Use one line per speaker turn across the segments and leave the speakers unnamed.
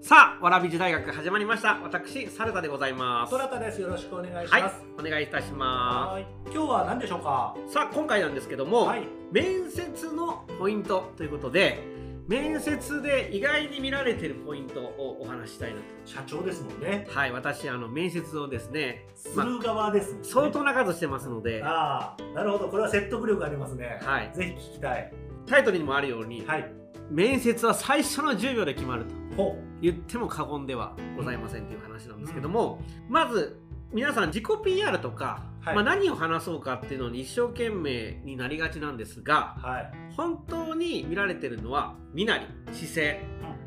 さあ、わらびじ大学始まりました。私、サルタでございます。
トラタです。よろしくお願いし
はい
ます。、
お願いいたしま
はい今日は何でしょうか。
す。さあ、今回なんですけども、
はい。
面接のポイントということで、面接で意外に見られてるポイントをお話ししたいな
社長ですもんね。
と。はい、私、あの、面接をですね、
す
まあ
る側ですもんね。
相当な数してますので、
ああ、なるほど。これは説得力ありますね。
はい、
ぜひ聞きたい。
タイトルにもあるように、
はい。
面接は最初の10秒で決まると
ほ
言っても過言ではございませんという話なんですけども、まず皆さん自己 PR とか、
はい
まあ、何を話そうかっていうのに一生懸命になりがちなんですが
う。はい。
本当に見られてるのは身なり姿勢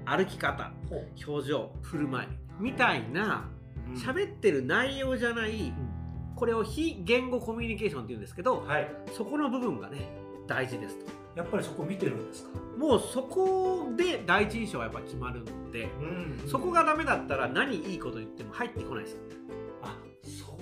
歩き方
ほう。
表情振る舞いみたいな喋ってる内容じゃないこれを非言語コミュニケーションっていうんですけど
はい。
そこの部分がね大事ですと。
やっぱりそこ見てるんですか。
もうそこで第一印象はやっぱ決まるので、
うん
そこ。がダメだったら何いいこと言っても入ってこないですよ
あ、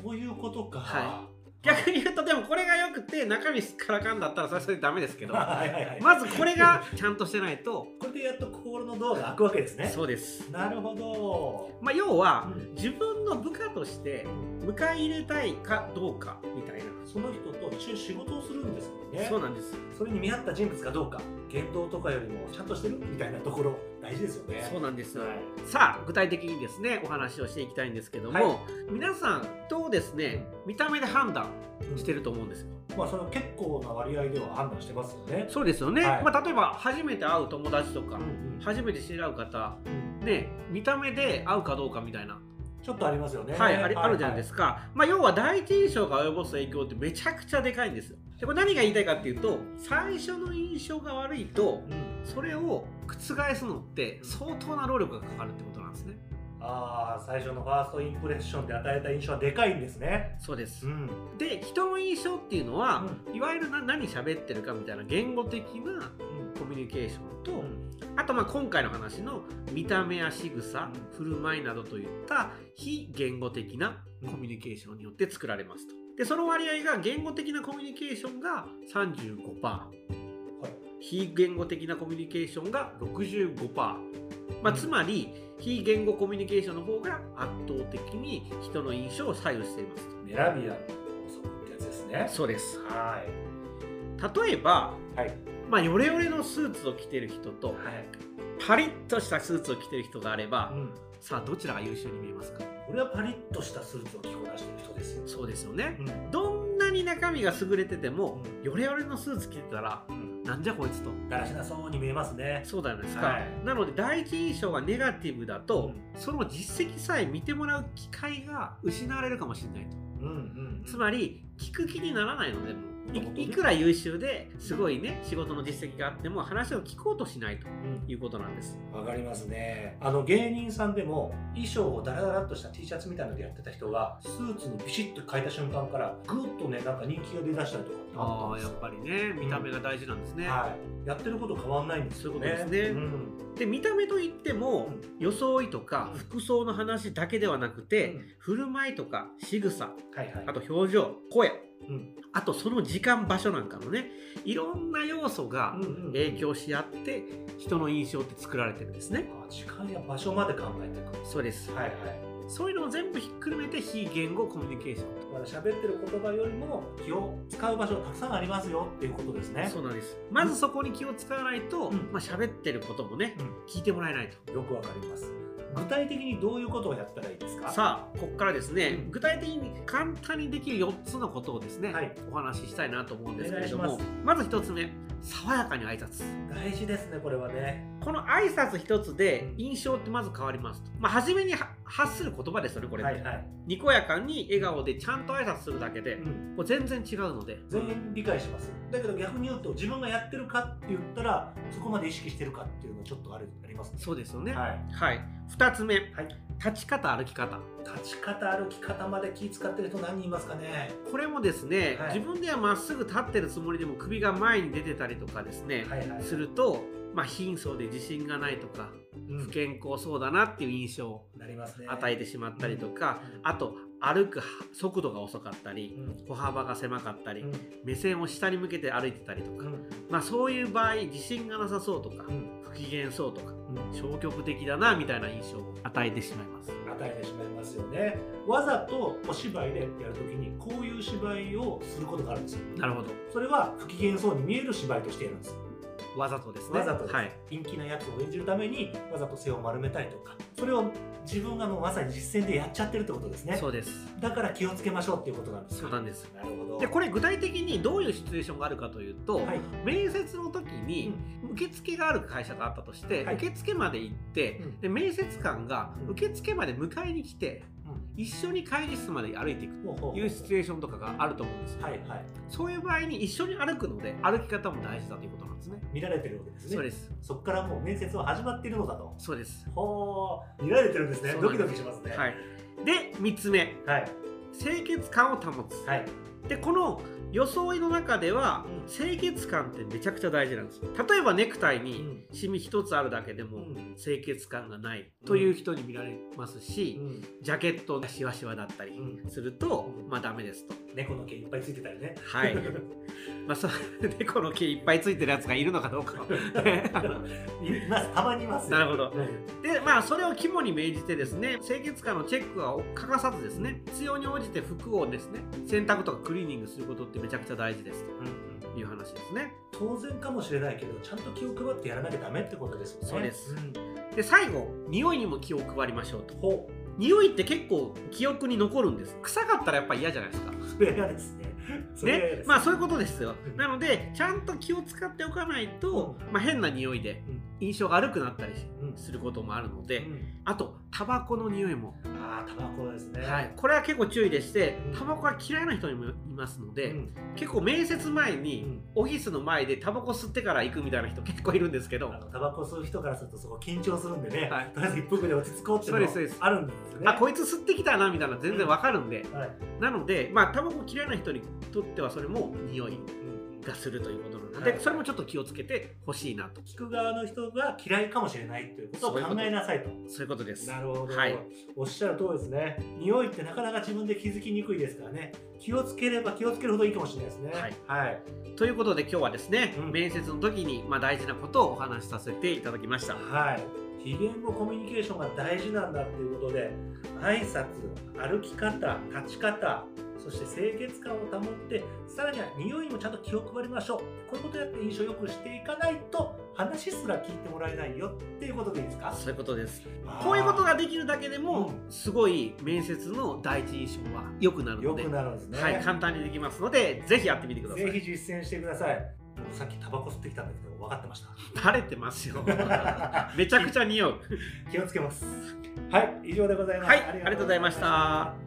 そういうことか。
は逆に言うとでもこれが良くて中身すっからかんだったらそれはそれでダメですけ ど
はいはいはい。
まずこれがちゃんとしてないと
これでやっと心のドアが開くわけですね。
そうです、
なるほど。
まあ、要は
うん
自分の部下として迎え入れたいかどうかみたいな
その人と一緒に仕事をするんですもんね。
そうなんです
それに見合った人物かどうか言動とかよりもちゃんとしてるみたいなところ大事ですよね
そうなんです、
はい
さあ具体的にですねお話をしていきたいんですけども、
は
皆さんとですね見た目で判断
うん
してると思うんですよ
まあそれは結構な割合では判断してますよね
そうですよね、
はい
まあ、例えば初めて会う友達とか、
うん
初めて知り合う方
うん
ね見た目で合うかどうかみたいな、
ちょっとありますよね
はいありあるじゃないです
か
か、まあ、要は第一印象が及ぼす影響ってめちゃくちゃでかいんですよでこれ何が言いたいかっていうと最初の印象が悪いとそれを覆すのって相当な労力がかかるってことなんですね
ああ最初のファーストインプレッションで与えた印象はでかいんですね
そうです
ん
で人の印象っていうのは、いわゆるな何喋ってるかみたいな言語的なコミュニケーションと、あとまあ今回の話の見た目や仕草振る舞いなどといった非言語的なコミュニケーションによって作られますと。でその割合が言語的なコミュニケーションが35%、非言語的なコミュニケーションが65%、まあ、つまり非言語コミュニケーションの方が圧倒的に人の印象を左右しています
メラビアンの法則ってやつですね
と。そうです。
は
例えば、
いはい
まあ、ヨレヨレのスーツを着てる人と
はい
パリッとしたスーツを着てる人があれば、
うん
さあどちらが優秀に見えますか
俺はパリッとしたスーツを着こなしてる人ですよ
そうですよね。
うん
どんなに中身が優れてても、
うん
ヨレヨレのスーツ着てたら、
うん
なんじゃこいつと。
だらしなそうに見えますね
そうじゃないですか、
はい
なので第一印象がネガティブだと、
う
その実績さえ見てもらう機会が失われるかもしれないと、
うんうん
つまり聞く気にならないのでも
なるほ
う
どね
いいくら優秀ですごいね仕事の実績があっても話を聞こうとしないと
うん
いうことなんです
わかりますねあの芸人さんでも衣装をダラダラっとした T シャツみたいのでやってた人がスーツにビシッと変えた瞬間からぐっとねなんか人気が出だしたりとかって
あ
あ
あ
っ
や
たん
っ
ですよ
ぱりね見た目が大事なんですね、
はい、やってること変わんないんですよね
そういうことですね
うん
で見た目といっても装いとか
うん
服装の話だけではなくて、
うん
振る舞いとか仕草
はいはい
あと表情声
うん
あとその時間場所なんかのねいろんな要素が
うんうん
影響し合って人の印象って作られてるんですね
あ時間や場所まで考えていく
そうです
はいはい
そういうのを全部ひっくるめて非言語コミュニケーション
だから喋ってる言葉よりも気を使う場所がたくさんありますよっていうことですね
そうなんですまずそこに気を使わないと、
うん
まあ喋ってることもね
うん
聞いてもらえないと
よくわかります具体的にどういうことをやったらいいですか
さあここからですね、
うん
具体的に簡単にできる4つのことをですね、
はい
お話ししたいなと思うんですけれど
お願
も
いし
まず1つ目爽やかに挨拶
大事ですねこれはね
この挨拶一つで
うん
印象ってまず変わりますと、まあ、初めには発する言葉ですよねこれ、
はいはい
にこやかに笑顔でちゃんと挨拶するだけで、
うん
もう全然違うので
全員理解しますだけど逆に言うと自分がやってるかって言ったらそこまで意識してるかっていうのはちょっとあるありますね
そうですよねはい、
はい
2つ目、
い
立ち方歩き方
立ち方歩き方まで気使ってる人何人いますかね
これもですね、
はい
自分ではまっすぐ立ってるつもりでも首が前に出てたりとかですね、
はいはい
すると、まあ、貧相で自信がないとか
うん
不健康そうだなっていう印象を
なりますね
与えてしまったりとか、あと歩く速度が遅かったり
うんうん
歩幅が狭かったり、
うん
目線を下に向けて歩いてたりとか、
うん
まあ、そういう場合自信がなさそうとか、
うん
不機嫌そうとか、
うん
消極的だなみたいな印象を与えてしまいます。
与えてしまいますよねわざとお芝居でやるときにこういう芝居をすることがあるんですよ
なるほど。
それは不機嫌そうに見える芝居としてやるんです
わざとですね。
わざとです
はい。
陰気なやつを演じるためにわざと背を丸めたりとかそれを自分がもうまさに実践でやっちゃってるってことですね
そうです。
だから気をつけましょうっていうことなんです
そ
よ
うなんです。
なるほど
でこれ具体的にどういうシチュエーションがあるかというと、
はい
面接の時
う
に
ん
受付がある会社があったとして、
はい
受付まで行って、
うん
で面接官が
うん
受付まで迎えに来て、一緒に会議室まで歩いていく
ほうほうほ
と
う
いうシチュエーションとかがあると思うんですよ、
はいはい
そういう場合に一緒に歩くので歩き方も大事だということなんですね
見られてるわけですね
そうです
そこからもう面接は始まっているのだと
そうです
ほう見られてるんですね
そう
ド
なん
キ
です
ドキしますね
はいで3つ目
はい
清潔感を保つ、
はい
でこの装いの中では
うん
清潔感ってめちゃくちゃ大事なんですよ例えばネクタイ
う
に
ん
シミ一つあるだけでも
うん
清潔感がないという人に見られますし、
うん
ジャケットがシワシワだったり
うん
すると、
うん
まあダメですと。
猫の毛いっぱいついてたりね
はいまあ、そ猫の毛いっぱいついてるやつがいるのかどうか はねあの
いますたまにいますよ
なるほど
うん
でまあそれを肝に銘じてですね清潔感のチェックは欠かさずですね必要に応じて服をですね洗濯とかクリーニングすることってめちゃくちゃ大事ですという話ですね
当然かもしれないけどちゃんと気を配ってやらなきゃダメってことですもんね
そうです
ん
で最後匂いにも気を配りましょうと
ほ
匂いって結構記憶に残るんです臭かったらやっぱり嫌じゃないですか
うそれがですねそれが嫌
ね
で、す
まあそういうことですよ
うん
なのでちゃんと気を使っておかないと、
うん
まあ、変な匂いで
うん
印象が悪くなったり
うん
することもあるの
う
で、
ん
あとタバコの匂いも、
ああタバコですね
はい、これは結構注意でして
うん
タバコは嫌いな人にもいますので、
うん
結構面接前
う
に、
ん
オフィスの前でタバコ吸ってから行くみたいな人結構いるんですけど
あのタバコ吸う人からするとそこ緊張するんでね
はい
とりあえず一服で落ち着こうっていうのも
そうですそうです
あるんですよね
あこいつ吸ってきたなみたいな全然わかるんで、
はい
なのでまあタバコ嫌いな人にとってはそれも匂い
うん
がするということなので、
はい
それもちょっと気をつけてほしいなと
聞く側の人が嫌いかもしれないということを
そういうこと
考えなさいと
そういうことです
なるほど、
はい
おっしゃる通りですね匂いってなかなか自分で気づきにくいですからね気をつければ気をつけるほどいいかもしれないですね
はい、
はい
ということで今日はですね、
うん
面接の時にまあ大事なことをお話しさせていただきました
はい、非言語コミュニケーションが大事なんだっていうことで挨拶歩き方立ち方そして清潔感を保ってさらには匂いにもちゃんと気を配りましょうこういうことやって印象良くしていかないと話すら聞いてもらえないよっていうことでいいですか
そういうことですこういうことができるだけでも
う
すごい面接の第一印象は良くなる
良
ので
くなるんですね、
はい、簡単にできますのでぜひやってみてくださ
ぜ
い
ひ実践してください僕さっきタバコ吸ってきたんだけど分かってま し た
バレてますよめちゃくちゃ匂う
気をつけますはい以上でございます
はいありがとうございました